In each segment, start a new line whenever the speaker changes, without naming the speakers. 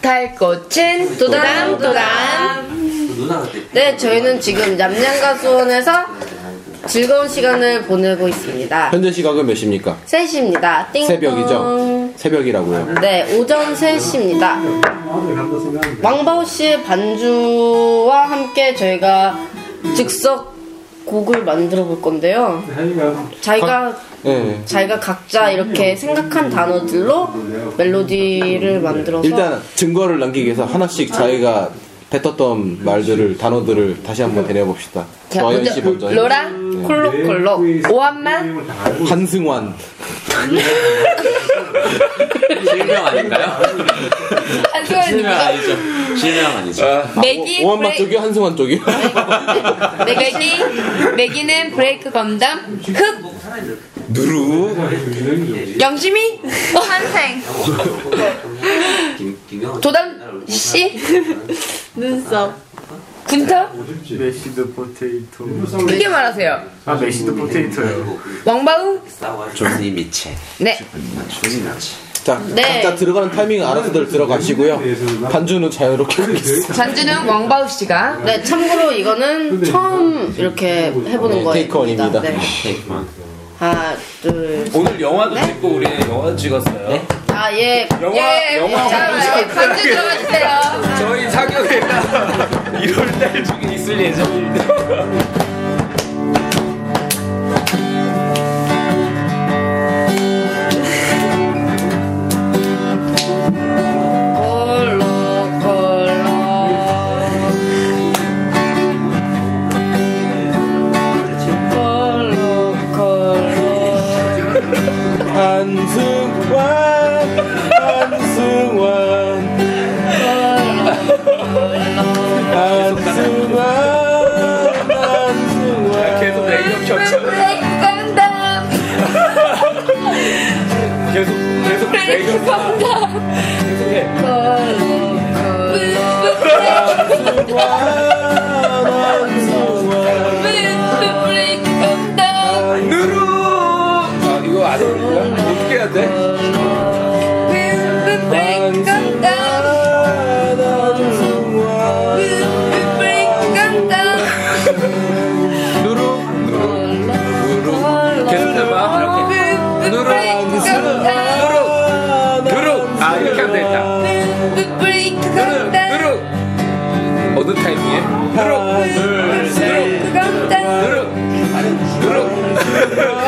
못할 것은 도담도담.
누나가 때
네, 저희는 지금 냠냠가수원에서 즐거운 시간을 보내고 있습니다.
현재 시각은 몇 시입니까?
3시입니다. 띵동.
새벽이죠? 새벽이라고요.
네, 오전 3시입니다. 왕바오 씨의 반주와 함께 저희가 즉석 곡을 만들어 볼 건데요. 자기가
네.
자기가 각자 이렇게 생각한 단어들로 멜로디를 만들어서
일단 증거를 남기기 위해서 하나씩 자기가 뱉었던 말들을 단어들을 다시 한번 되뇌어봅시다.
자,
저현 씨 먼저. 해요. 네.
로라 콜록콜록 오한만
한승환.
실명 아닌가요? 실명 아니죠. 실명 아니죠.
맥이
오- 오한만
브레이크
쪽이요? 한승환 쪽이요?
맥이 맥이는 브레이크 건담 흑
누루.
영심이 환생
음, 김 김경호
도담 씨
눈썹 군터
메시드 포테이토
크게 말하세요.
아 메시드 포테이토요
왕바우
싸워 존이 미체.
네
존이 미체.
자,
네.
각자 들어가는 타이밍 알아서들 들어가시고요. 반주는 자유롭게 하겠습니다.
잔주는 왕바우 씨가
네, 참고로 이거는 처음 이렇게 해보는
네,
거예요.
테이크원입니다.
네. 하나, 둘,
오늘 영화도 찍고 우리 영화도 찍었어요.
아, 예.
영화
예
영화
자, 반주 들어가주세요
저희 사격회가 1월달 중에 있을 예정입니다.
콜록콜록. 콜록콜록.
한승환, 한승환, 한승환, 한승환.
계속 레이더 켰죠.
브레이크 건담
계속 계속 레이더
브레이크 건담
계속해.
브레이크 건담
누르. 아 이거 안 어울려? 어떻게 해야 돼?
브레이크 건담 브레이크 건담
누르 누르 누르. 계속
아,
해봐. 이렇게. 누르 누르
네.
누르. 아 이렇게 하면 되겠다. 누르 누르. 어느 타이밍에? 누르 누르 누르 누르 누르. 누룩 누룩
아.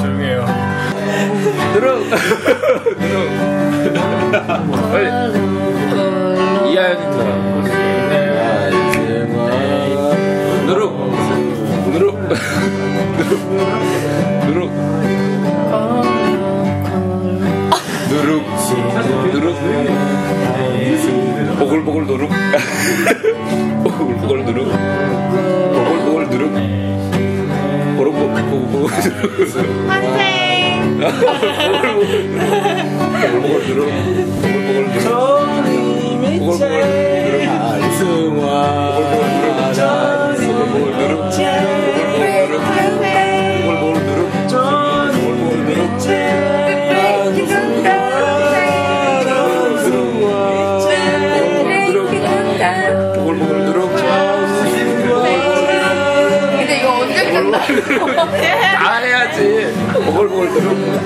조용해요
누룩 누룩 빨리 이하연이처럼 누룩 누룩 누룩 누룩 누룩 누룩 보글보글 누룩 보글보글 누룩 보글보글 누룩 보글보글 누룩 보글보글 누룩 보글보글 누룩
근데 이거 언제 끝나?
다 해야지. 보글보글 누룩.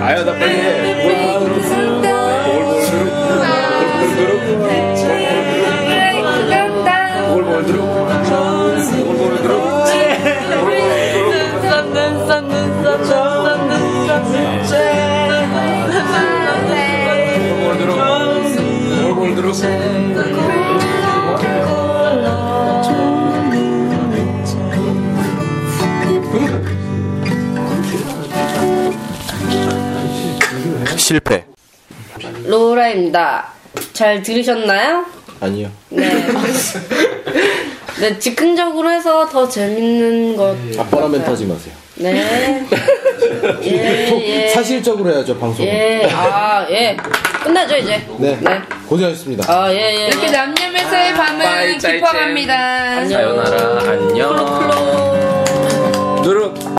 아유, 나 빨리 해. 보글보글 누룩. 보글보글 누룩. 보글보글 누룩. 보글보글 누룩. 보글보글 누룩.
실패.
로라입니다. 잘 들으셨나요?
아니요.
네. 네, 즉흥적으로 해서 더 재밌는 것.
아, 뻔한 멘트 하지 마세요.
네. 예, 예.
사실적으로 해야죠, 방송. 은
예, 아, 예. 끝나죠, 이제.
네.
네.
고생하셨습니다.
아, 예, 예. 예.
이렇게 남녀 매사의 밤은
빠이, 짜이,
깊어갑니다.
짠.
사요나라 안녕.
클로즈.